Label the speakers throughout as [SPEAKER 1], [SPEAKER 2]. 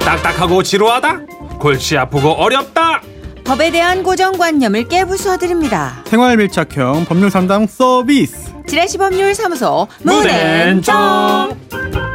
[SPEAKER 1] 딱딱하고 지루하다? 골치 아프고 어렵다?
[SPEAKER 2] 법에 대한 고정관념을 깨부수어 드립니다.
[SPEAKER 3] 생활 밀착형 법률 상담 서비스.
[SPEAKER 2] 지라시 법률사무소 문앤정
[SPEAKER 1] 문앤정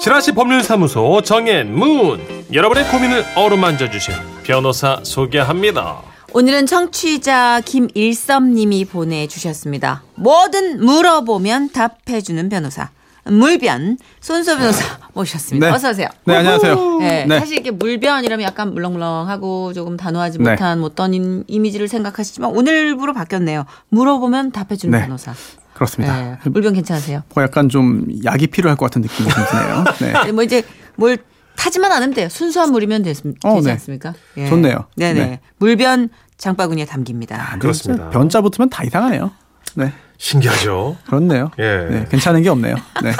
[SPEAKER 1] 지라시 법률사무소 정앤문 여러분의 고민을 어루만져 주신 변호사 소개합니다.
[SPEAKER 2] 오늘은 청취자 김일섭님이 보내주셨습니다. 뭐든 물어보면 답해주는 변호사 물변 손소 변호사 모셨습니다.
[SPEAKER 3] 네.
[SPEAKER 2] 어서 오세요.
[SPEAKER 3] 네, 안녕하세요.
[SPEAKER 2] 네,
[SPEAKER 3] 네.
[SPEAKER 2] 사실 이게 물변이라면 약간 물렁물렁하고 조금 단호하지
[SPEAKER 3] 네.
[SPEAKER 2] 못한 어떤 인- 이미지를 생각하시지만 오늘부로 바뀌었네요. 물어보면 답해주는
[SPEAKER 3] 네.
[SPEAKER 2] 변호사.
[SPEAKER 3] 그렇습니다.
[SPEAKER 2] 네, 물변 괜찮으세요?
[SPEAKER 3] 뭐 약간 좀 약이 필요할 것 같은 느낌이 좀 드네요. 네.
[SPEAKER 2] 네, 뭐 이제 뭘 타지만 않으면 돼요. 순수한 물이면 되, 되지
[SPEAKER 3] 어, 네.
[SPEAKER 2] 않습니까? 예.
[SPEAKER 3] 좋네요.
[SPEAKER 2] 네네.
[SPEAKER 3] 네.
[SPEAKER 2] 물변 장바구니에 담깁니다.
[SPEAKER 1] 그렇습니다.
[SPEAKER 3] 변자 붙으면 다 이상하네요. 네.
[SPEAKER 1] 신기하죠?
[SPEAKER 3] 그렇네요.
[SPEAKER 1] 예.
[SPEAKER 3] 네, 괜찮은 게 없네요. 네.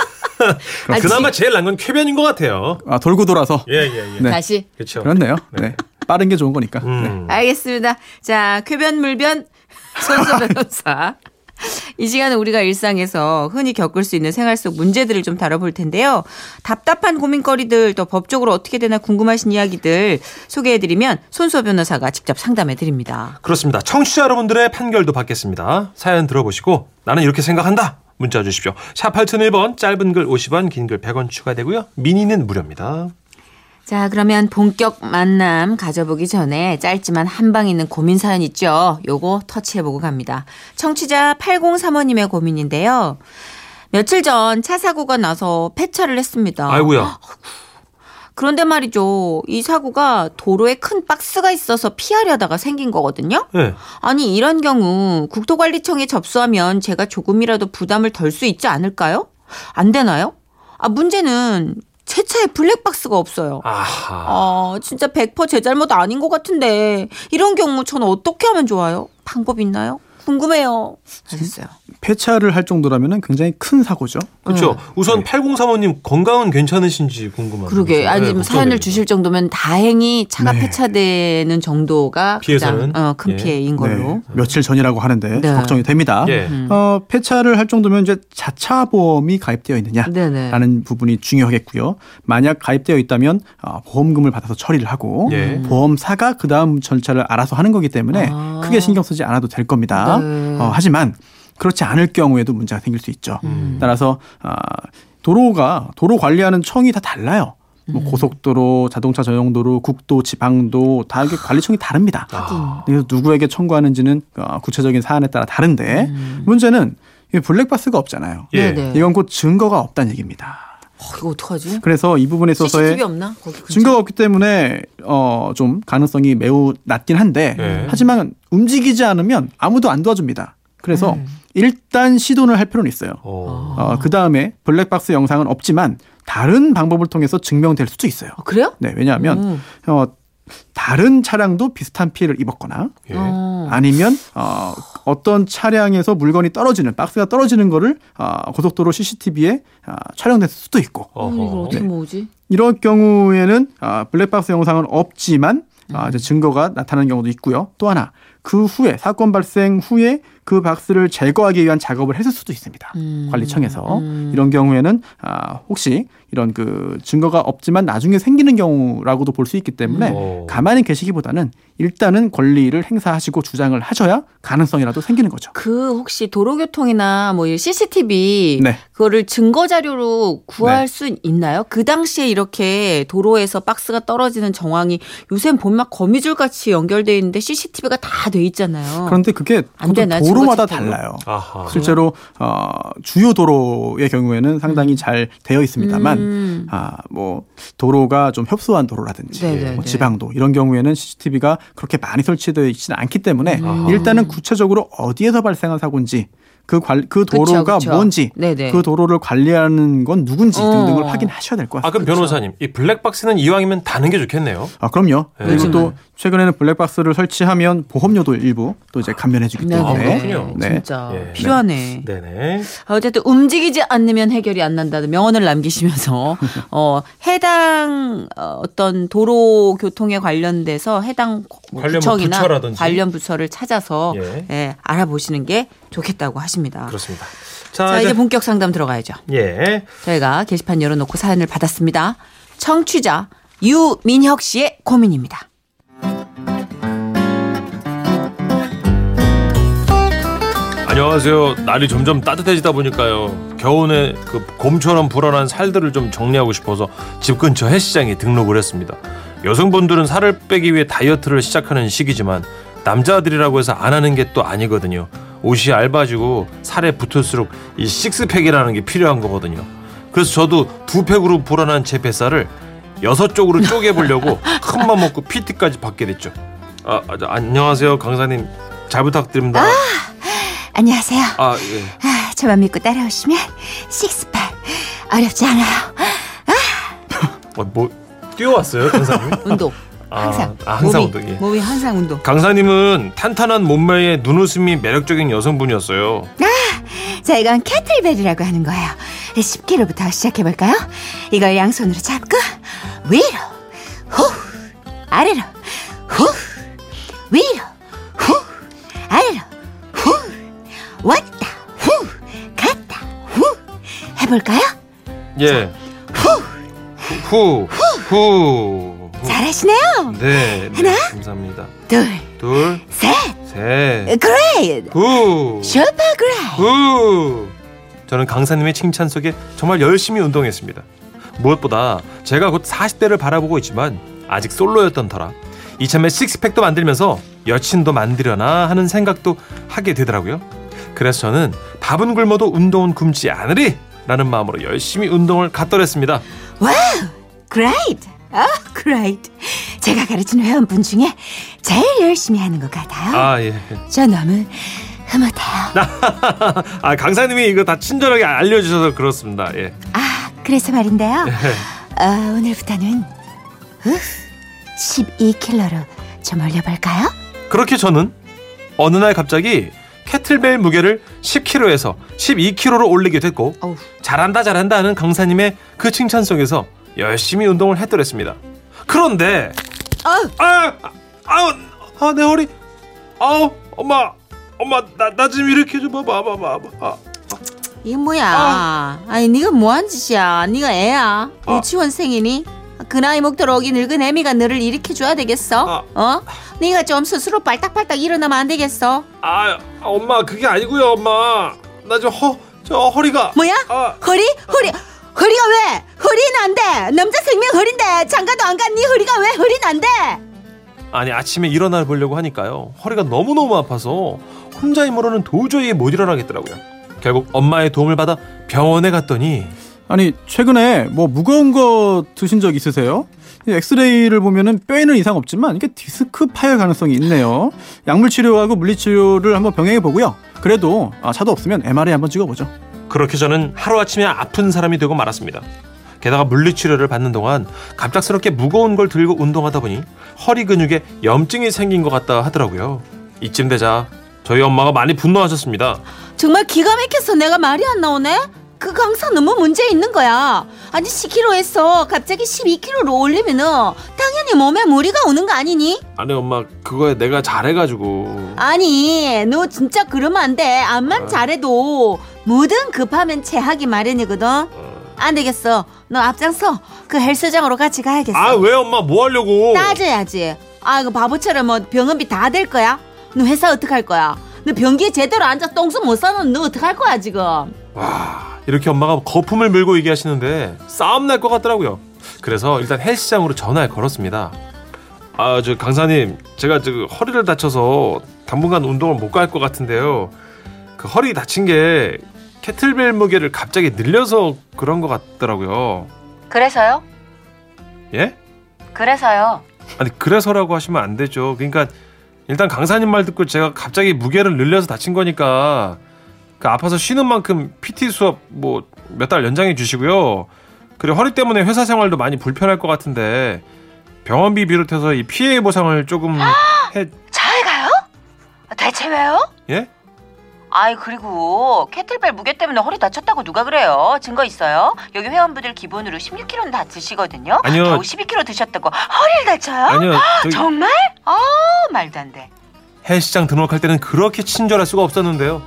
[SPEAKER 2] 아,
[SPEAKER 1] 그나마 제일 난 건 쾌변인 것 같아요.
[SPEAKER 3] 아, 돌고 돌아서.
[SPEAKER 1] 예, 예, 예.
[SPEAKER 3] 네.
[SPEAKER 2] 다시.
[SPEAKER 1] 그렇죠.
[SPEAKER 3] 그렇네요. 네. 빠른 게 좋은 거니까. 네.
[SPEAKER 1] 음.
[SPEAKER 2] 알겠습니다. 자, 쾌변 물변 손수 변호사. 이 시간은 우리가 일상에서 흔히 겪을 수 있는 생활 속 문제들을 좀 다뤄볼 텐데요. 답답한 고민거리들 또 법적으로 어떻게 되나 궁금하신 이야기들 소개해드리면 손수 변호사가 직접 상담해드립니다.
[SPEAKER 1] 그렇습니다. 청취자 여러분들의 판결도 받겠습니다. 사연 들어보시고 나는 이렇게 생각한다. 문자 주십시오. 샵 8001번 짧은 글 50원 긴 글 100원 추가되고요. 미니는 무료입니다.
[SPEAKER 2] 자, 그러면 본격 만남 가져보기 전에 짧지만 한방 있는 고민 사연 있죠? 요거 터치해보고 갑니다. 청취자 8035님의 고민인데요. 며칠 전 차 사고가 나서 폐차를 했습니다.
[SPEAKER 1] 아이고야.
[SPEAKER 2] 그런데 말이죠. 이 사고가 도로에 큰 박스가 있어서 피하려다가 생긴 거거든요.
[SPEAKER 1] 예.
[SPEAKER 2] 아니 이런 경우 국토관리청에 접수하면 제가 조금이라도 부담을 덜 수 있지 않을까요? 안 되나요? 아 문제는 제 차에 블랙박스가 없어요.
[SPEAKER 1] 아하.
[SPEAKER 2] 아 진짜 100%제 잘못 아닌 것 같은데 이런 경우 저는 어떻게 하면 좋아요? 방법 있나요? 궁금해요. 하셨어요.
[SPEAKER 1] 음.
[SPEAKER 3] 폐차를 할 정도라면 굉장히 큰 사고죠. 네.
[SPEAKER 1] 그렇죠. 우선 8035님 건강은 괜찮으신지 궁금합니다.
[SPEAKER 2] 음. 네. 그러게 아니
[SPEAKER 1] 네,
[SPEAKER 2] 지금 사연을
[SPEAKER 1] 걱정됩니다.
[SPEAKER 2] 주실 정도면 다행히 차가
[SPEAKER 3] 네.
[SPEAKER 2] 폐차되는 정도가
[SPEAKER 1] 피해서는?
[SPEAKER 2] 가장 어, 큰
[SPEAKER 1] 예.
[SPEAKER 2] 피해인 걸로.
[SPEAKER 3] 며칠 전이라고 하는데
[SPEAKER 2] 네. 음.
[SPEAKER 3] 걱정이 됩니다.
[SPEAKER 1] 예.
[SPEAKER 3] 어, 폐차를 할 정도면 이제 자차 보험이 가입되어
[SPEAKER 2] 네네.
[SPEAKER 3] 있느냐라는 부분이 중요하겠고요. 만약 가입되어 있다면 어, 보험금을 받아서 처리를 하고
[SPEAKER 1] 예.
[SPEAKER 3] 보험사가 그 다음 절차를 알아서 하는 거기 때문에
[SPEAKER 2] 아.
[SPEAKER 3] 크게 신경 쓰지 않아도 될
[SPEAKER 2] 네.
[SPEAKER 3] 겁니다. 어, 하지만 그렇지 않을 경우에도 문제가 생길 수 있죠.
[SPEAKER 1] 음.
[SPEAKER 3] 따라서 아, 도로가 도로 관리하는 청이 다 달라요. 뭐
[SPEAKER 2] 음.
[SPEAKER 3] 고속도로, 자동차 전용도로, 국도, 지방도 다 이게 관리청이 다릅니다.
[SPEAKER 1] 아.
[SPEAKER 3] 그래서 누구에게 청구하는지는 어, 구체적인 사안에 따라 다른데
[SPEAKER 2] 음.
[SPEAKER 3] 문제는 이 블랙박스가 없잖아요.
[SPEAKER 1] 예.
[SPEAKER 2] 네네.
[SPEAKER 3] 이건 곧 증거가 없다는 얘기입니다.
[SPEAKER 2] 어, 이거 어떡하지?
[SPEAKER 3] 그래서 이 부분에 있어서의
[SPEAKER 2] CCTV 없나? 거기 근처?
[SPEAKER 3] 증거가 없기 때문에 어 좀 가능성이 매우 낮긴 한데
[SPEAKER 1] 예.
[SPEAKER 3] 하지만 움직이지 않으면 아무도 안 도와줍니다. 그래서
[SPEAKER 2] 음.
[SPEAKER 3] 일단 시도를 할 필요는 있어요.
[SPEAKER 2] 아.
[SPEAKER 1] 어.
[SPEAKER 3] 어, 그 다음에 블랙박스 영상은 없지만 다른 방법을 통해서 증명될 수도 있어요.
[SPEAKER 2] 아, 그래요?
[SPEAKER 3] 네, 왜냐하면
[SPEAKER 2] 음.
[SPEAKER 3] 어, 다른 차량도 비슷한 피해를 입었거나
[SPEAKER 1] 예.
[SPEAKER 2] 어.
[SPEAKER 3] 아니면 어, 어떤 차량에서 물건이 떨어지는 박스가 떨어지는 거를 어, 고속도로 CCTV에 어, 촬영됐을 수도 있고
[SPEAKER 2] 어, 이걸
[SPEAKER 1] 어허.
[SPEAKER 2] 어떻게
[SPEAKER 3] 네.
[SPEAKER 2] 모으지?
[SPEAKER 3] 이런 경우에는 아, 블랙박스 영상은 없지만 아, 이제 증거가 나타나는 경우도 있고요. 또 하나 그 후에 사건 발생 후에 그 박스를 제거하기 위한 작업을 했을 수도 있습니다.
[SPEAKER 2] 음.
[SPEAKER 3] 관리청에서 이런 경우에는 아, 혹시 이런 그 증거가 없지만 나중에 생기는 경우라고도 볼 수 있기
[SPEAKER 2] 음.
[SPEAKER 3] 때문에
[SPEAKER 2] 어.
[SPEAKER 1] 오.
[SPEAKER 3] 가만히 계시기보다는 일단은 권리를 행사하시고 주장을 하셔야 가능성이라도 생기는 거죠.
[SPEAKER 2] 그 혹시 도로교통이나 뭐이 CCTV
[SPEAKER 3] 네.
[SPEAKER 2] 그거를 증거 자료로 구할 수 있나요? 그 당시에 이렇게 도로에서 박스가 떨어지는 정황이 요새 보면 막 거미줄 같이 연결돼 있는데 CCTV가 다 돼 있잖아요.
[SPEAKER 3] 그런데 그게
[SPEAKER 2] 어. 안 되나,
[SPEAKER 3] 그것도 도로마다
[SPEAKER 2] 증거 집행으로?
[SPEAKER 3] 달라요.
[SPEAKER 1] 아하.
[SPEAKER 3] 실제로 어, 주요 도로의 경우에는 상당히 잘 되어 있습니다만
[SPEAKER 2] 음.
[SPEAKER 3] 아 뭐 도로가 좀 협소한 도로라든지
[SPEAKER 2] 네네네.
[SPEAKER 3] 뭐 지방도 이런 경우에는 CCTV가 그렇게 많이 설치되어 있지는 않기 때문에
[SPEAKER 1] 음.
[SPEAKER 3] 일단은 구체적으로 어디에서 발생한 사고인지 그, 관, 그
[SPEAKER 2] 그쵸,
[SPEAKER 3] 도로가
[SPEAKER 2] 그쵸.
[SPEAKER 3] 뭔지
[SPEAKER 2] 네네.
[SPEAKER 3] 그 도로를 관리하는 건 누군지
[SPEAKER 2] 어.
[SPEAKER 3] 등등을 확인하셔야 될 것
[SPEAKER 1] 아,
[SPEAKER 3] 같습니다.
[SPEAKER 2] 그렇죠.
[SPEAKER 1] 그럼 변호사님. 이 블랙박스는 이왕이면 다는 게 좋겠네요.
[SPEAKER 3] 아, 그럼요.
[SPEAKER 1] 네.
[SPEAKER 3] 그리고 또
[SPEAKER 2] 요즘은.
[SPEAKER 3] 최근에는 블랙박스를 설치하면 보험료도 일부 또 이제 감면해주기
[SPEAKER 2] 네,
[SPEAKER 1] 아,
[SPEAKER 3] 때문에
[SPEAKER 1] 그렇군요.
[SPEAKER 3] 네.
[SPEAKER 2] 진짜
[SPEAKER 1] 예.
[SPEAKER 2] 필요하네.
[SPEAKER 1] 네네.
[SPEAKER 2] 아, 어쨌든 움직이지 않으면 해결이 안 난다는 명언을 남기시면서 어 해당 어, 어떤 도로 교통에 관련돼서 해당 뭐
[SPEAKER 1] 관련 뭐
[SPEAKER 2] 부처나
[SPEAKER 1] 부처라든지.
[SPEAKER 2] 관련 부처를 찾아서
[SPEAKER 1] 예.
[SPEAKER 2] 예, 알아보시는 게 좋겠다고 하십니다.
[SPEAKER 1] 그렇습니다. 아,
[SPEAKER 2] 자 이제 본격 상담 들어가야죠.
[SPEAKER 1] 예.
[SPEAKER 2] 저희가 게시판 열어놓고 사연을 받았습니다. 청취자 유민혁 씨의 고민입니다.
[SPEAKER 1] 안녕하세요. 날이 점점 따뜻해지다 보니까요. 겨우내 그 곰처럼 불어난 살들을 좀 정리하고 싶어서 집 근처 헬스장에 등록을 했습니다. 여성분들은 살을 빼기 위해 다이어트를 시작하는 시기지만 남자들이라고 해서 안 하는 게 또 아니거든요. 옷이 얇아지고 살에 붙을수록 이 식스팩이라는 게 필요한 거거든요. 그래서 저도 두 팩으로 불어난 제 뱃살을 여섯 쪽으로 쪼개보려고 큰맘 먹고 PT까지 받게 됐죠. 아, 아, 저, 안녕하세요, 강사님. 잘 부탁드립니다.
[SPEAKER 4] 안녕하세요.
[SPEAKER 1] 아, 예.
[SPEAKER 4] 아, 저만 믿고 따라오시면 식스팔 어렵지 않아요.
[SPEAKER 1] 어, 뭐 뛰어왔어요, 강사님?
[SPEAKER 2] 운동 항상
[SPEAKER 1] 아, 항상
[SPEAKER 2] 몸이,
[SPEAKER 1] 운동이.
[SPEAKER 2] 몸이 항상 운동.
[SPEAKER 1] 강사님은 탄탄한 몸매에 눈웃음이 매력적인 여성분이었어요.
[SPEAKER 4] 자, 이건 캐틀벨이라고 하는 거예요. 10kg부터 시작해 볼까요? 이걸 양손으로 잡고 위로 후 아래로 후 위로 후 아래로 후 왔다 후 갔다 후 해볼까요?
[SPEAKER 1] 예. 후, 후, 후.
[SPEAKER 4] 잘하시네요.
[SPEAKER 1] 네, 네, 감사합니다.
[SPEAKER 4] 둘,
[SPEAKER 1] 둘,
[SPEAKER 4] 셋,
[SPEAKER 1] 셋,
[SPEAKER 4] 그레이,
[SPEAKER 1] 후,
[SPEAKER 4] 슈퍼 그레이.
[SPEAKER 1] 후. 저는 강사님의 칭찬 속에 정말 열심히 운동했습니다. 무엇보다 제가 곧 40대를 바라보고 있지만 아직 솔로였던 터라 이참에 식스팩도 만들면서 여친도 만들려나 하는 생각도 하게 되더라고요. 그래서 저는 밥은 굶어도 운동은 굶지 않으리 라는 마음으로 열심히 운동을 갔더랬습니다.
[SPEAKER 4] 와우! 그레이트! 아, 그레이트! 제가 가르치는 회원분 중에 제일 열심히 하는 것 같아요.
[SPEAKER 1] 아 예.
[SPEAKER 4] 저 너무 흐뭇해요.
[SPEAKER 1] 아 강사님이 이거 다 친절하게 알려주셔서 그렇습니다. 예.
[SPEAKER 4] 아, 그래서 말인데요.
[SPEAKER 1] 네.
[SPEAKER 4] 어, 오늘부터는 후, 12킬로로 좀 올려볼까요?
[SPEAKER 1] 그렇게 저는 어느 날 갑자기 캐틀벨 무게를 10kg에서 12kg로 올리게 됐고
[SPEAKER 2] 어우.
[SPEAKER 1] 잘한다 잘한다 하는 강사님의 그 칭찬 속에서 열심히 운동을 했더랬습니다. 그런데
[SPEAKER 2] 아우.
[SPEAKER 1] 아, 아우, 아, 내 허리, 아우, 엄마, 엄마, 나, 나 좀 일으켜 줘 봐봐, 봐봐, 봐봐.
[SPEAKER 2] 이게 뭐야?
[SPEAKER 1] 아.
[SPEAKER 2] 아. 니 네가 뭐한 짓이야? 네가 애야?
[SPEAKER 1] 아.
[SPEAKER 2] 유치원생이니? 그 나이 먹도록 어기 늙은 애미가 너를 일으켜 줘야 되겠어?
[SPEAKER 1] 아.
[SPEAKER 2] 어? 네가 좀 스스로 빨딱빨딱 일어나면 안 되겠어?
[SPEAKER 1] 아, 아, 엄마 그게 아니고요, 엄마. 나 좀 허, 저 허리가.
[SPEAKER 2] 뭐야?
[SPEAKER 1] 아,
[SPEAKER 2] 허리? 허리? 허리가 왜? 허리는 안 돼. 남자 생명 허리인데 장가도 안 갔니? 허리가 왜 허리는 안 돼?
[SPEAKER 1] 아니 아침에 일어나 보려고 하니까요 허리가 너무너무 아파서 혼자 힘으로는 도저히 못 일어나겠더라고요 결국 엄마의 도움을 받아 병원에 갔더니
[SPEAKER 3] 아니 최근에 뭐 무거운 거 드신 적 있으세요? 이 엑스레이를 보면은 뼈에는 이상 없지만 이게 디스크 파열 가능성이 있네요. 약물 치료하고 물리 치료를 한번 병행해 보고요. 그래도 아, 차도 없으면 MRI 한번 찍어보죠.
[SPEAKER 4] 아.
[SPEAKER 1] 그렇게 저는 하루아침에 아픈 사람이 되고 말았습니다 게다가 물리치료를 받는 동안 갑작스럽게 무거운 걸 들고 운동하다 보니 허리 근육에 염증이 생긴 것 같다 하더라고요 이쯤 되자 저희 엄마가 많이 분노하셨습니다
[SPEAKER 2] 정말 기가 막혀서 내가 말이 안 나오네? 그 강사 너무 문제 있는 거야. 아니 10kg에서 갑자기 12kg로 올리면은 당연히 몸에 무리가 오는 거 아니니?
[SPEAKER 1] 아니 엄마 그거에 내가 잘해가지고
[SPEAKER 2] 아니 너 진짜 그러면 안 돼. 암만 잘해도 뭐든 급하면 체하기 마련이거든. 안 되겠어. 너 앞장서. 그 헬스장으로 같이 가야겠어.
[SPEAKER 1] 아 왜 엄마 뭐 하려고
[SPEAKER 2] 따져야지. 아 이거 바보처럼 뭐 병원비 다 될 거야? 너 회사 어떡할 거야? 너 변기에 제대로 앉아 똥수 못 싸는 너 어떡할 거야 지금?
[SPEAKER 1] 와 이렇게 엄마가 거품을 물고 얘기하시는데 싸움 날 것 같더라고요. 그래서 일단 헬스장으로 전화를 걸었습니다. 아 저 강사님 제가 저 허리를 다쳐서 당분간 운동을 못 갈 것 같은데요. 그 허리 다친 게 캐틀벨 무게를 갑자기 늘려서 그런 것 같더라고요.
[SPEAKER 4] 그래서요?
[SPEAKER 1] 예?
[SPEAKER 4] 그래서요?
[SPEAKER 1] 아니 그래서라고 하시면 안 되죠. 그러니까 일단 강사님 말 듣고 제가 갑자기 무게를 늘려서 다친 거니까 그 아파서 쉬는 만큼 PT 수업 뭐 몇 달 연장해 주시고요. 그리고 허리 때문에 회사 생활도 많이 불편할 것 같은데 병원비 비롯해서 이 피해 보상을 조금 해
[SPEAKER 4] 저희 가요? 대체 왜요?
[SPEAKER 1] 예?
[SPEAKER 4] 아이 그리고 캐틀벨 무게 때문에 허리 다쳤다고 누가 그래요? 증거 있어요? 여기 회원분들 기본으로 16kg는 다 드시거든요.
[SPEAKER 1] 아니요.
[SPEAKER 4] 겨우 12kg 드셨다고 허리를 다쳐요?
[SPEAKER 1] 아니요. 저기
[SPEAKER 4] 정말? 어 말도 안 돼.
[SPEAKER 1] 헬스장 등록할 때는 그렇게 친절할 수가 없었는데요.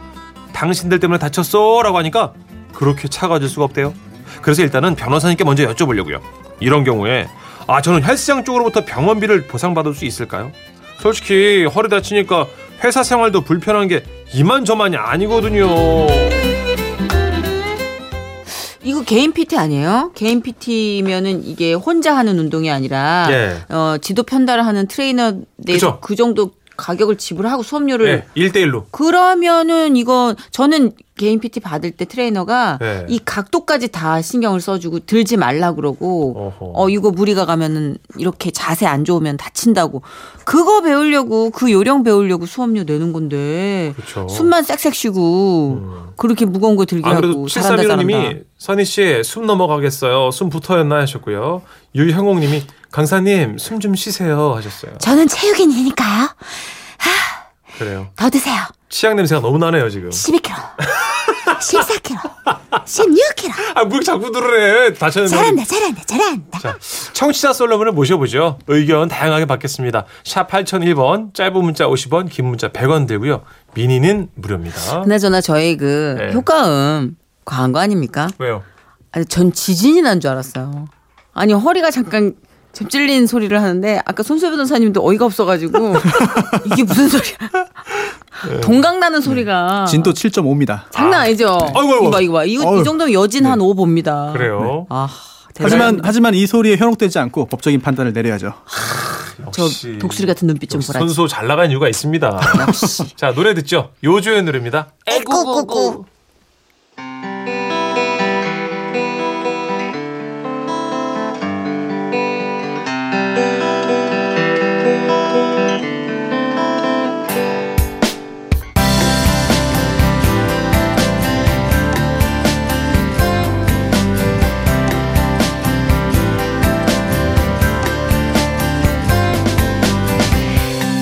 [SPEAKER 1] 당신들 때문에 다쳤어라고 하니까 그렇게 차가워질 수가 없대요. 그래서 일단은 변호사님께 먼저 여쭤보려고요. 이런 경우에 아 저는 헬스장 쪽으로부터 병원비를 보상받을 수 있을까요? 솔직히 허리 다치니까 회사 생활도 불편한 게 이만저만이 아니거든요.
[SPEAKER 4] 이거 개인 PT 아니에요? 개인 PT면은 이게 혼자 하는 운동이 아니라
[SPEAKER 1] 예.
[SPEAKER 4] 어, 지도 편달을 하는 트레이너
[SPEAKER 1] 그죠.
[SPEAKER 4] 내에서 그 정도 가격을 지불하고 수업료를
[SPEAKER 1] 네, 1대1로.
[SPEAKER 4] 그러면은 이거 저는 개인 PT 받을 때 트레이너가
[SPEAKER 1] 네.
[SPEAKER 4] 이 각도까지 다 신경을 써주고 들지 말라 그러고 어 이거 무리가 가면은 이렇게 자세 안 좋으면 다친다고 그거 배우려고 그 요령 배우려고 수업료 내는 건데
[SPEAKER 1] 그렇죠.
[SPEAKER 4] 숨만 쌕쌕 쉬고 그렇게 무거운 거 들게
[SPEAKER 1] 안 아, 그래도
[SPEAKER 4] 하고 잘한다 잘한다.
[SPEAKER 1] 7315님이 선희 씨 숨 넘어가겠어요. 숨 붙어였나 하셨고요. 유형옥님이 강사님 숨 좀 쉬세요 하셨어요.
[SPEAKER 2] 저는 체육인이니까요.
[SPEAKER 1] 그래요.
[SPEAKER 2] 더 드세요.
[SPEAKER 1] 치약 냄새가 너무 나네요 지금.
[SPEAKER 2] 12kg. 14kg. 16kg.
[SPEAKER 1] 아, 뭘 자꾸 들으래. 다쳤는데.
[SPEAKER 2] 잘한다, 잘한다, 잘한다.
[SPEAKER 1] 자, 청취자 솔로몬을 모셔보죠. 의견 다양하게 받겠습니다. 샵 8001번, 짧은 문자 50원, 긴 문자 100원 들고요. 미니는 무료입니다.
[SPEAKER 4] 그나저나 저희 그
[SPEAKER 1] 네.
[SPEAKER 4] 효과음 과한 거 아닙니까?
[SPEAKER 1] 왜요?
[SPEAKER 4] 아니, 전 지진이 난 줄 알았어요. 아니, 허리가 잠깐 잽찔린 소리를 하는데, 아까 손수 변호사님도 어이가 없어가지고, 이게 무슨 소리야. 동강 나는 소리가.
[SPEAKER 3] 진도 7.5입니다.
[SPEAKER 4] 장난 아니죠?
[SPEAKER 1] 네. 아이고, 아이고.
[SPEAKER 4] 어,
[SPEAKER 1] 네.
[SPEAKER 4] 이거 봐, 이거 봐. 이거, 이
[SPEAKER 3] 아유.
[SPEAKER 4] 정도면 여진 한 오 봅니다.
[SPEAKER 1] 그래요.
[SPEAKER 4] 아,
[SPEAKER 3] 하지만
[SPEAKER 4] 대단합니다.
[SPEAKER 3] 하지만 이 소리에 현혹되지 않고 법적인 판단을 내려야죠.
[SPEAKER 1] 역시.
[SPEAKER 4] 네. 어, 저 독수리 같은 눈빛 좀
[SPEAKER 1] 역시
[SPEAKER 4] 보라.
[SPEAKER 1] 선수 잘 나간 이유가 있습니다. 자, 노래 듣죠. 요조의 노래입니다.
[SPEAKER 2] 에구구구.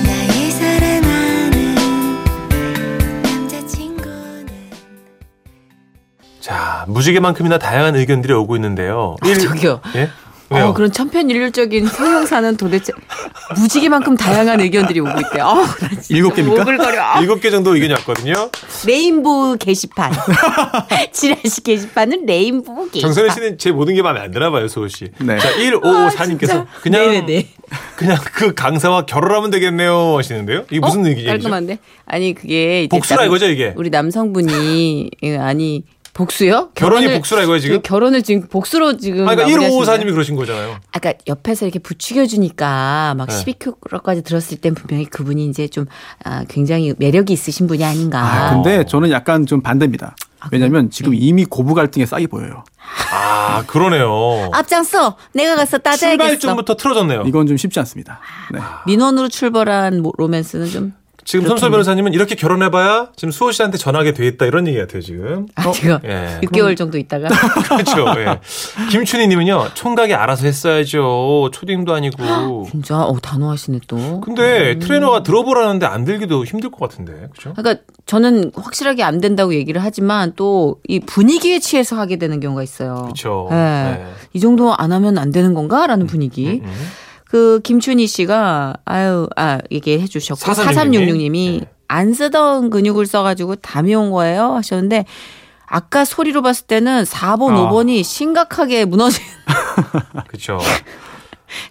[SPEAKER 2] 나의 사랑하는 남자친구는
[SPEAKER 1] 자, 무지개만큼이나 다양한 의견들이 오고 있는데요.
[SPEAKER 4] 아, 저기요.
[SPEAKER 1] 예? 왜요?
[SPEAKER 4] 어, 그런 천편일률적인 소형사는 도대체 무지개만큼 다양한 의견들이 오고 있대요. 어우, 나 진짜
[SPEAKER 3] 일곱 개입니까?
[SPEAKER 4] 오글거려. 아,
[SPEAKER 1] 일곱 개 정도 의견이 왔거든요.
[SPEAKER 2] 레인보우 게시판. 지라시 게시판은 레인보우
[SPEAKER 4] 예.
[SPEAKER 2] 게시판.
[SPEAKER 1] 정선혜 씨는 제 모든 게 마음에 안 드나 봐요, 소호 씨.
[SPEAKER 3] 네.
[SPEAKER 1] 자, 1554님께서 그냥
[SPEAKER 4] 아, 네네네.
[SPEAKER 1] 그냥 그 강사와 결혼하면 되겠네요 하시는데요. 이게 무슨
[SPEAKER 4] 어?
[SPEAKER 1] 얘기죠?
[SPEAKER 4] 깔끔한데? 아니 그게 이제
[SPEAKER 1] 복수라
[SPEAKER 4] 남-
[SPEAKER 1] 이거죠, 이게?
[SPEAKER 4] 우리 남성분이 예, 아니 복수요?
[SPEAKER 1] 결혼이 복수라 이거예요, 지금?
[SPEAKER 4] 그 결혼을 지금 복수로 지금
[SPEAKER 1] 아니, 그러니까
[SPEAKER 4] 마무리하시는
[SPEAKER 1] 1554님이
[SPEAKER 4] 거예요?
[SPEAKER 1] 그러신 거잖아요.
[SPEAKER 4] 아까 옆에서 이렇게 부추겨 주니까 막
[SPEAKER 1] 네.
[SPEAKER 4] 12kg까지 들었을 땐 분명히 그분이 이제 좀 아, 굉장히 매력이 있으신 분이 아닌가. 아, 음.
[SPEAKER 3] 아, 근데 저는 약간 좀 반대입니다. 왜냐면 지금 이미 고부 갈등의 싹이 보여요.
[SPEAKER 1] 아, 그러네요.
[SPEAKER 4] 앞장서 내가 가서 따져야겠어.
[SPEAKER 1] 출발점부터 틀어졌네요. 아.
[SPEAKER 3] 이건 좀 쉽지 않습니다.
[SPEAKER 4] 아.
[SPEAKER 3] 네.
[SPEAKER 4] 민원으로 출발한 모- 로맨스는 좀
[SPEAKER 1] 지금 손설 변호사님은 이렇게 결혼해봐야 지금 수호 씨한테 전하게 돼 있다 이런 얘기 같아요, 지금.
[SPEAKER 4] 아, 지금
[SPEAKER 1] 예.
[SPEAKER 4] 6개월 정도 있다가
[SPEAKER 1] 그렇죠. 예. 김춘희님은요, 총각이 알아서 했어야죠. 초딩도 아니고.
[SPEAKER 4] 진짜 어 단호하시네 또.
[SPEAKER 1] 근데
[SPEAKER 4] 음.
[SPEAKER 1] 트레이너가 들어보라는데 안 들기도 힘들 것 같은데, 그렇죠?
[SPEAKER 4] 그러니까 저는 확실하게 안 된다고 얘기를 하지만 또 이 분위기에 취해서 하게 되는 경우가 있어요.
[SPEAKER 1] 그쵸. 음,
[SPEAKER 4] 예.
[SPEAKER 1] 네.
[SPEAKER 4] 이 정도 안 하면 안 되는 건가라는
[SPEAKER 1] 예.
[SPEAKER 4] 분위기. 그 김춘희 씨가 아유 아 얘기해 주셨고
[SPEAKER 1] 4366 님이.
[SPEAKER 4] 4366님이
[SPEAKER 1] 네.
[SPEAKER 4] 안 쓰던 근육을 써가지고 담이 온 거예요 하셨는데 아까 소리로 봤을 때는 4번
[SPEAKER 1] 아.
[SPEAKER 4] 5번이 심각하게 무너진
[SPEAKER 1] 그렇죠.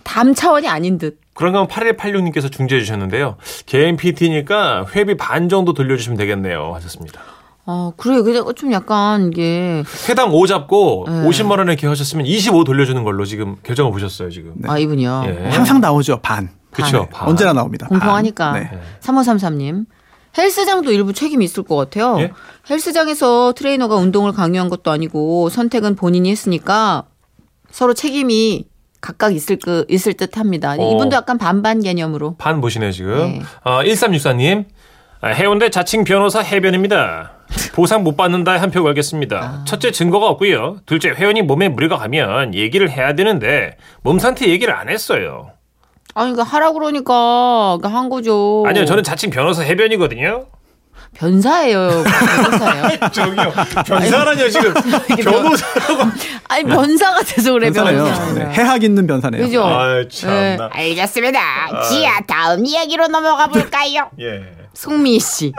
[SPEAKER 4] 담 차원이 아닌 듯.
[SPEAKER 1] 그런가 하면 8186님께서 중재해 주셨는데요. 개인 PT니까 회비 반 정도 돌려주시면 되겠네요. 하셨습니다.
[SPEAKER 4] 어 그래요. 근데 좀 약간 이게
[SPEAKER 1] 회당 5 잡고
[SPEAKER 4] 예.
[SPEAKER 1] 50만 원에 계약하셨으면 25 돌려주는 걸로 지금 결정을 보셨어요. 지금.
[SPEAKER 4] 아 이분요.
[SPEAKER 1] 예.
[SPEAKER 3] 항상 나오죠 반.
[SPEAKER 1] 그쵸,
[SPEAKER 3] 네,
[SPEAKER 1] 반.
[SPEAKER 3] 언제나 나옵니다. 반.
[SPEAKER 4] 공평하니까.
[SPEAKER 3] 네.
[SPEAKER 4] 3533님. 헬스장도 일부 책임이 있을 것 같아요.
[SPEAKER 1] 예?
[SPEAKER 4] 헬스장에서 트레이너가 운동을 강요한 것도 아니고 선택은 본인이 했으니까 서로 책임이 각각 있을 그 있을 듯 합니다.
[SPEAKER 1] 어.
[SPEAKER 4] 이분도 약간 반반 개념으로.
[SPEAKER 1] 반 보시네요. 지금.
[SPEAKER 4] 네.
[SPEAKER 1] 아, 1364님. 아, 해운대 자칭 변호사 해변입니다. 보상 못 받는다에 한 표
[SPEAKER 4] 아.
[SPEAKER 1] 걸겠습니다. 첫째 증거가 없고요. 둘째 회원이 몸에 무리가 가면 얘기를 해야 되는데 몸 상태 얘기를 안 했어요.
[SPEAKER 5] 아,
[SPEAKER 4] 아니 그러니까 하라 그러니까 그러니까 한 거죠.
[SPEAKER 1] 아니요, 저는 자칭 변호사 해변이거든요.
[SPEAKER 4] 변사예요. 변호사예요.
[SPEAKER 1] 저기요 변사라뇨 지금
[SPEAKER 4] 이게 변-
[SPEAKER 1] 변호사라고
[SPEAKER 4] 아니 변사가 돼서 그래
[SPEAKER 3] 변사네요.
[SPEAKER 4] 변사.
[SPEAKER 3] 네, 해학 있는 변사네요.
[SPEAKER 4] 그죠?
[SPEAKER 1] 아
[SPEAKER 4] 네.
[SPEAKER 1] 참나
[SPEAKER 5] 알겠습니다. 지아 다음 이야기로 넘어가 볼까요?
[SPEAKER 1] 예
[SPEAKER 4] 승미 씨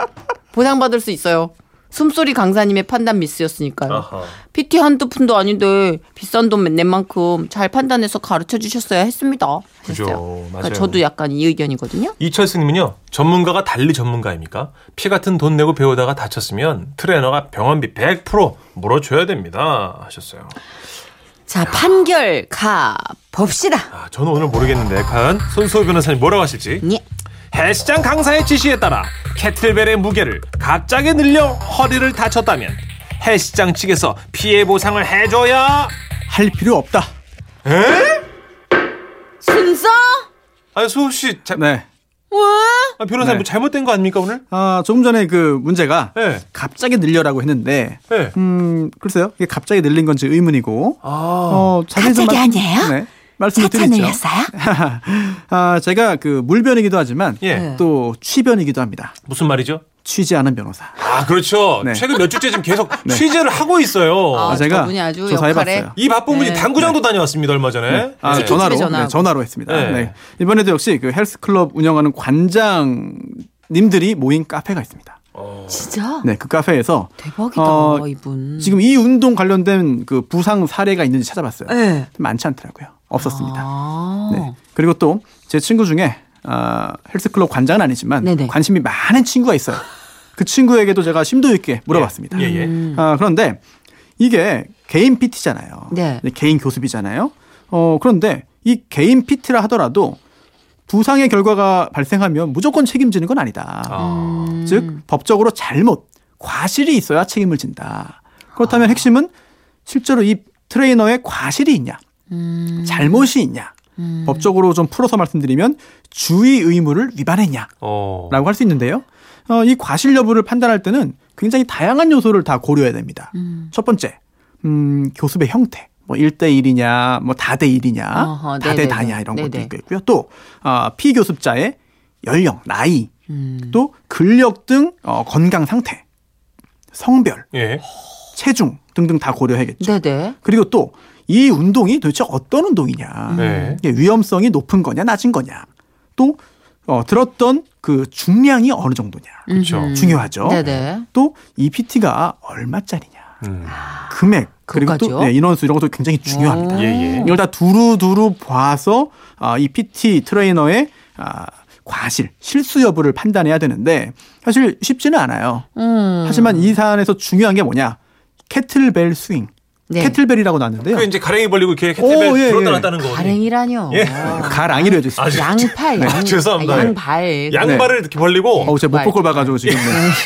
[SPEAKER 4] 보상받을 수 있어요. 숨소리 강사님의 판단 미스였으니까요.
[SPEAKER 1] 아하.
[SPEAKER 4] PT 한두 푼도 아닌데 비싼 돈 낸 만큼 잘 판단해서 가르쳐 주셨어야 했습니다.
[SPEAKER 1] 그죠.
[SPEAKER 4] 하셨어요. 그러니까
[SPEAKER 1] 맞아요.
[SPEAKER 4] 저도 약간 이 의견이거든요.
[SPEAKER 1] 이철승님은요 전문가가 달리 전문가입니까? 피 같은 돈 내고 배우다가 다쳤으면 트레이너가 병원비 100% 물어줘야 됩니다 하셨어요.
[SPEAKER 4] 자 판결 가 봅시다.
[SPEAKER 1] 아, 저는 오늘 모르겠는데 과연 손수호 변호사님 뭐라고 하실지
[SPEAKER 4] 예.
[SPEAKER 1] 헬스장 강사의 지시에 따라 캐틀벨의 무게를 갑자기 늘려 허리를 다쳤다면 헬스장 측에서 피해 보상을 해줘야
[SPEAKER 3] 할 필요 없다.
[SPEAKER 4] 순서?
[SPEAKER 1] 아 수호 씨 자,
[SPEAKER 3] 네.
[SPEAKER 1] 아, 변호사님
[SPEAKER 3] 네.
[SPEAKER 1] 뭐 잘못된 거 아닙니까 오늘?
[SPEAKER 3] 아, 조금 전에 그 문제가
[SPEAKER 1] 네.
[SPEAKER 3] 갑자기 늘려라고 했는데
[SPEAKER 1] 네.
[SPEAKER 3] 음, 글쎄요. 이게 갑자기 늘린 건지 의문이고.
[SPEAKER 1] 아,
[SPEAKER 3] 어, 자세히
[SPEAKER 5] 갑자기
[SPEAKER 3] 좀 말-
[SPEAKER 5] 아니에요?
[SPEAKER 3] 네. 말씀을
[SPEAKER 5] 차차
[SPEAKER 3] 드리죠.
[SPEAKER 5] 늘렸어요?
[SPEAKER 3] 아, 제가 그 물변이기도 하지만
[SPEAKER 1] 예.
[SPEAKER 4] 네.
[SPEAKER 3] 또 취변이기도 합니다.
[SPEAKER 1] 무슨 말이죠?
[SPEAKER 3] 취지 않은 변호사.
[SPEAKER 1] 아 그렇죠.
[SPEAKER 3] 네.
[SPEAKER 1] 최근 몇 주째 지금 계속
[SPEAKER 3] 네.
[SPEAKER 1] 취재를 하고 있어요.
[SPEAKER 4] 아,
[SPEAKER 3] 제가
[SPEAKER 4] 저분이 아주
[SPEAKER 3] 조사해봤어요.
[SPEAKER 4] 역할에-
[SPEAKER 1] 이 바쁜 분이
[SPEAKER 4] 네.
[SPEAKER 1] 당구장도 다녀왔습니다 얼마 전에. 예.
[SPEAKER 3] 아,
[SPEAKER 4] 네.
[SPEAKER 3] 전화로
[SPEAKER 4] 전화.
[SPEAKER 3] 네, 전화로 했습니다.
[SPEAKER 1] 네.
[SPEAKER 3] 네. 이번에도 역시 그 헬스클럽 운영하는 관장님들이 모인 카페가 있습니다.
[SPEAKER 4] 진짜
[SPEAKER 3] 네, 그 카페에서
[SPEAKER 4] 대박이다
[SPEAKER 3] 어,
[SPEAKER 4] 이분.
[SPEAKER 3] 지금 이 운동 관련된 그 부상 사례가 있는지 찾아봤어요.
[SPEAKER 4] 네.
[SPEAKER 3] 많지 않더라고요. 없었습니다.
[SPEAKER 4] 아.
[SPEAKER 3] 네. 그리고 또 제 친구 중에 아, 헬스클럽 관장은 아니지만
[SPEAKER 4] 네네.
[SPEAKER 3] 관심이 많은 친구가 있어요. 그 친구에게도 제가 심도 있게 물어봤습니다.
[SPEAKER 1] 예, 예.
[SPEAKER 3] 아, 그런데 이게 개인 PT잖아요.
[SPEAKER 4] 네.
[SPEAKER 3] 개인 교습이잖아요. 어, 그런데 이 개인 PT라 하더라도 부상의 결과가 발생하면 무조건 책임지는 건 아니다.
[SPEAKER 1] 아,
[SPEAKER 3] 즉 법적으로 잘못 과실이 있어야 책임을 진다. 그렇다면 핵심은 실제로 이 트레이너의 과실이 있냐, 잘못이 있냐. 법적으로 좀 풀어서 말씀드리면 주의 의무를 위반했냐라고
[SPEAKER 1] 어.
[SPEAKER 3] 할 수 있는데요. 어, 이 과실 여부를 판단할 때는 굉장히 다양한 요소를 다 고려해야 됩니다. 첫 번째, 음, 교습의 형태. 뭐 1대1이냐, 뭐 다대1이냐,
[SPEAKER 4] 어허, 네네네.
[SPEAKER 3] 다대다냐 이런 것도
[SPEAKER 4] 네네.
[SPEAKER 3] 있고 있고요. 또 아, 피교습자의 연령, 나이,
[SPEAKER 4] 음.
[SPEAKER 3] 또 근력 등 어, 건강 상태, 성별,
[SPEAKER 1] 예.
[SPEAKER 3] 체중 등등 다 고려해야겠죠.
[SPEAKER 4] 네네.
[SPEAKER 3] 그리고 또 이 운동이 도대체 어떤 운동이냐,
[SPEAKER 1] 네.
[SPEAKER 3] 이게 위험성이 높은 거냐, 낮은 거냐, 또 어, 들었던 그 중량이 어느 정도냐
[SPEAKER 1] 그렇죠.
[SPEAKER 4] 음.
[SPEAKER 3] 중요하죠.
[SPEAKER 1] 어?
[SPEAKER 4] 네네.
[SPEAKER 3] 또 이 PT가 얼마짜리냐,
[SPEAKER 1] 음.
[SPEAKER 3] 금액 그리고 또
[SPEAKER 4] 아, 그것까지요?
[SPEAKER 3] 네, 인원수 이런 것도 굉장히 중요합니다.
[SPEAKER 4] 오.
[SPEAKER 1] 예, 예.
[SPEAKER 3] 이걸 다 두루두루 봐서 아, 이 PT 트레이너의 아, 과실, 실수 여부를 판단해야 되는데 사실 쉽지는 않아요.
[SPEAKER 4] 음.
[SPEAKER 3] 하지만 이 사안에서 중요한 게 뭐냐? 캐틀벨 스윙.
[SPEAKER 4] 네.
[SPEAKER 3] 캐틀벨이라고 나왔는데요.
[SPEAKER 1] 그 이제 가랭이 벌리고 이렇게 캐틀벨
[SPEAKER 3] 오, 예,
[SPEAKER 1] 들었다
[SPEAKER 3] 예.
[SPEAKER 1] 놨다는 거.
[SPEAKER 4] 가랭이라뇨.
[SPEAKER 1] 예.
[SPEAKER 3] 가랑이로 해져 있습니다.
[SPEAKER 1] 아, 진짜.
[SPEAKER 4] 양팔,
[SPEAKER 1] 네,
[SPEAKER 4] 양,
[SPEAKER 1] 죄송합니다. 네. 예.
[SPEAKER 4] 아, 양발.
[SPEAKER 1] 양발을 이렇게 벌리고
[SPEAKER 3] 어우, 제가
[SPEAKER 4] 정말.
[SPEAKER 3] 목볼걸 봐가지고 지금. 네.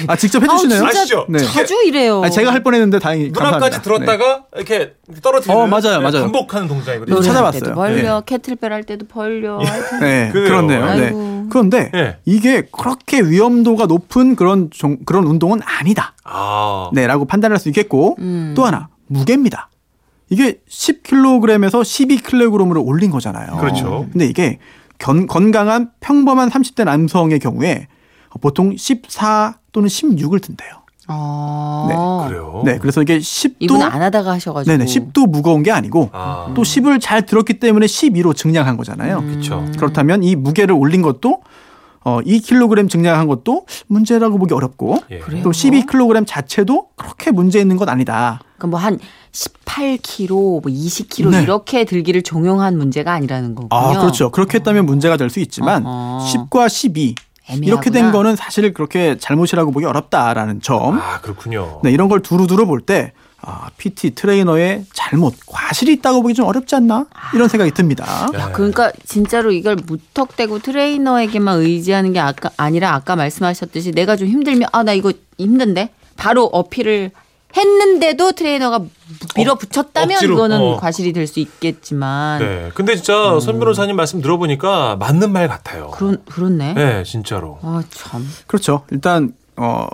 [SPEAKER 3] 아, 직접 해주시네요.
[SPEAKER 4] 아우, 진짜
[SPEAKER 1] 아시죠?
[SPEAKER 3] 네.
[SPEAKER 4] 자주 이래요.
[SPEAKER 3] 아, 제가 할 뻔했는데 다행히
[SPEAKER 1] 눈앞까지
[SPEAKER 3] 감사합니다. 네.
[SPEAKER 1] 들었다가 이렇게 떨어뜨리는
[SPEAKER 3] 어, 맞아요, 맞아요. 네,
[SPEAKER 1] 반복하는 동작이거든요.
[SPEAKER 4] 노래할
[SPEAKER 3] 찾아봤어요.
[SPEAKER 4] 때도
[SPEAKER 1] 예.
[SPEAKER 4] 벌려 캐틀벨 할 때도 벌려. 하여튼
[SPEAKER 3] 네,
[SPEAKER 1] 그래요.
[SPEAKER 3] 그렇네요.
[SPEAKER 4] 아이고.
[SPEAKER 3] 네. 그런데
[SPEAKER 1] 예.
[SPEAKER 3] 이게 그렇게 위험도가 높은 그런 종- 그런 운동은 아니다.
[SPEAKER 1] 아.
[SPEAKER 3] 네라고 판단할 수 있겠고
[SPEAKER 4] 음.
[SPEAKER 3] 또 하나 무게입니다. 이게 10kg에서 12kg으로 올린 거잖아요.
[SPEAKER 1] 그렇죠.
[SPEAKER 3] 근데 이게 견- 건강한 평범한 30대 남성의 경우에 보통 14 또는 16을 든대요.
[SPEAKER 4] 아.
[SPEAKER 1] 그래요.
[SPEAKER 3] 네, 그래서 이게 10도
[SPEAKER 4] 이분 안 하다가 하셔가지고.
[SPEAKER 3] 네네 10도 무거운 게 아니고
[SPEAKER 1] 아.
[SPEAKER 3] 또 10을 잘 들었기 때문에 12로 증량한 거잖아요.
[SPEAKER 4] 음.
[SPEAKER 1] 그렇죠.
[SPEAKER 3] 그렇다면 이 무게를 올린 것도 어, 2kg 증량한 것도 문제라고 보기 어렵고
[SPEAKER 1] 예.
[SPEAKER 4] 그래요?
[SPEAKER 3] 또 12kg 자체도 그렇게 문제 있는 건 아니다.
[SPEAKER 4] 그러니까 뭐한 18kg, 뭐 20kg
[SPEAKER 3] 네.
[SPEAKER 4] 이렇게 들기를 종용한 문제가 아니라는 거군요. 어.
[SPEAKER 3] 아, 그렇죠. 그렇게 했다면 문제가 될 수 있지만
[SPEAKER 4] 어허.
[SPEAKER 3] 10과 12
[SPEAKER 4] 애매하구나.
[SPEAKER 3] 이렇게 된 거는 사실 그렇게 잘못이라고 보기 어렵다라는 점.
[SPEAKER 1] 아 그렇군요.
[SPEAKER 3] 네, 이런 걸 두루두루 볼 때 아, PT 트레이너의 잘못, 과실이 있다고 보기 좀 어렵지 않나? 이런 생각이 듭니다.
[SPEAKER 1] 야,
[SPEAKER 4] 야, 그러니까 진짜로 이걸 무턱대고 트레이너에게만 의지하는 게 아까 아니라 아까 말씀하셨듯이 내가 좀 힘들면 아 나 이거 힘든데 바로 어필을 했는데도 트레이너가 밀어붙였다면
[SPEAKER 1] 억지로,
[SPEAKER 4] 이거는
[SPEAKER 1] 어.
[SPEAKER 4] 과실이 될 수 있겠지만
[SPEAKER 1] 네. 근데 진짜
[SPEAKER 3] 음.
[SPEAKER 1] 손 변호사님 말씀 들어보니까 맞는 말 같아요.
[SPEAKER 4] 그런 그렇네.
[SPEAKER 1] 네, 진짜로.
[SPEAKER 4] 아 참.
[SPEAKER 3] 그렇죠. 일단 어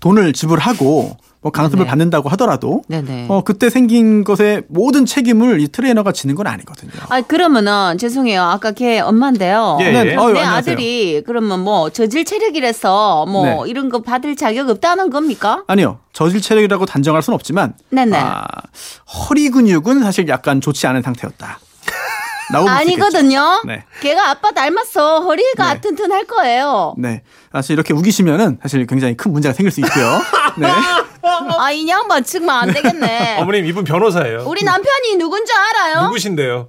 [SPEAKER 3] 돈을 지불하고 뭐 강습을
[SPEAKER 4] 네.
[SPEAKER 3] 받는다고 하더라도
[SPEAKER 4] 네네.
[SPEAKER 3] 어, 그때 생긴 것의 모든 책임을 이 트레이너가 지는 건 아니거든요.
[SPEAKER 4] 아 그러면은 죄송해요. 아까 걔 엄마인데요.
[SPEAKER 1] 예, 예.
[SPEAKER 3] 네, 어유,
[SPEAKER 4] 네. 내
[SPEAKER 3] 안녕하세요.
[SPEAKER 4] 아들이 그러면 뭐 저질 체력이라서 뭐
[SPEAKER 3] 네.
[SPEAKER 4] 이런 거 받을 자격 없다는 겁니까?
[SPEAKER 3] 아니요. 저질 체력이라고 단정할 순 없지만
[SPEAKER 4] 네네.
[SPEAKER 3] 아, 허리 근육은 사실 약간 좋지 않은 상태였다. 라고 볼수 있겠죠.
[SPEAKER 4] 아니거든요.
[SPEAKER 3] 네.
[SPEAKER 4] 걔가 아빠 닮았어. 허리가
[SPEAKER 3] 네.
[SPEAKER 4] 튼튼할 거예요.
[SPEAKER 3] 네. 사실 이렇게 우기시면은 사실 굉장히 큰 문제가 생길 수 있고요. 네.
[SPEAKER 4] 아 이 양반 정말 안 되겠네.
[SPEAKER 1] 어. 어머님 이분 변호사예요.
[SPEAKER 4] 우리 남편이 누군지 알아요?
[SPEAKER 1] 누구신데요?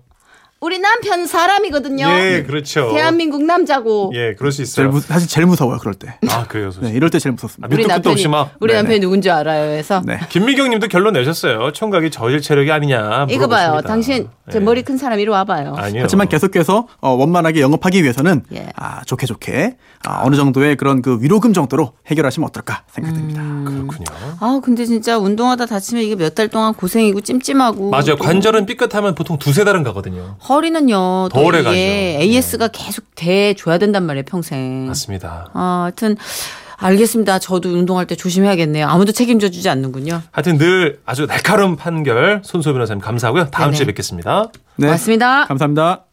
[SPEAKER 4] 우리 남편 사람이거든요.
[SPEAKER 1] 예, 그렇죠.
[SPEAKER 4] 대한민국 남자고.
[SPEAKER 1] 예, 그럴 수 있어요.
[SPEAKER 3] 제일 무, 사실 제일 무서워요, 그럴 때.
[SPEAKER 1] 아, 그래요.
[SPEAKER 3] 네,
[SPEAKER 1] 선생님.
[SPEAKER 3] 이럴 때 제일 무섭습니다.
[SPEAKER 1] 아, 밑도 끝도 없이 막.
[SPEAKER 4] 우리
[SPEAKER 3] 네네.
[SPEAKER 4] 남편이 누군지 알아요. 그래서
[SPEAKER 3] 네.
[SPEAKER 1] 김미경 님도 결론 내셨어요. 총각이 저질 체력이 아니냐.
[SPEAKER 4] 이거 봐요.
[SPEAKER 1] 물어봤습니다.
[SPEAKER 4] 당신 제
[SPEAKER 1] 예.
[SPEAKER 4] 머리 큰 사람 이리 와봐요.
[SPEAKER 1] 아니요.
[SPEAKER 3] 하지만 계속해서 어, 원만하게 영업하기 위해서는
[SPEAKER 4] 예.
[SPEAKER 3] 아, 좋게 좋게 아, 어느 정도의 그런 그 위로금 정도로 해결하시면 어떨까 생각됩니다.
[SPEAKER 1] 그렇군요.
[SPEAKER 4] 아 근데 진짜 운동하다 다치면 이게 몇 달 동안 고생이고 찜찜하고
[SPEAKER 1] 맞아요.
[SPEAKER 4] 또
[SPEAKER 1] 관절은 삐끗하면 보통 두세 달은 가거든요. 더
[SPEAKER 4] 허리는요 또
[SPEAKER 1] 오래 가죠. 네.
[SPEAKER 4] 이게 AS가 계속 돼줘야 된단 말이에요 평생
[SPEAKER 1] 맞습니다.
[SPEAKER 4] 아, 하여튼 알겠습니다 저도 운동할 때 조심해야겠네요 아무도 책임져 주지 않는군요
[SPEAKER 1] 하여튼 늘 아주 날카로운 판결 손소 변호사님 감사하고요. 다음
[SPEAKER 4] 네네.
[SPEAKER 1] 주에 뵙겠습니다.
[SPEAKER 3] 네.
[SPEAKER 1] 아.
[SPEAKER 4] 고맙습니다
[SPEAKER 3] 감사합니다.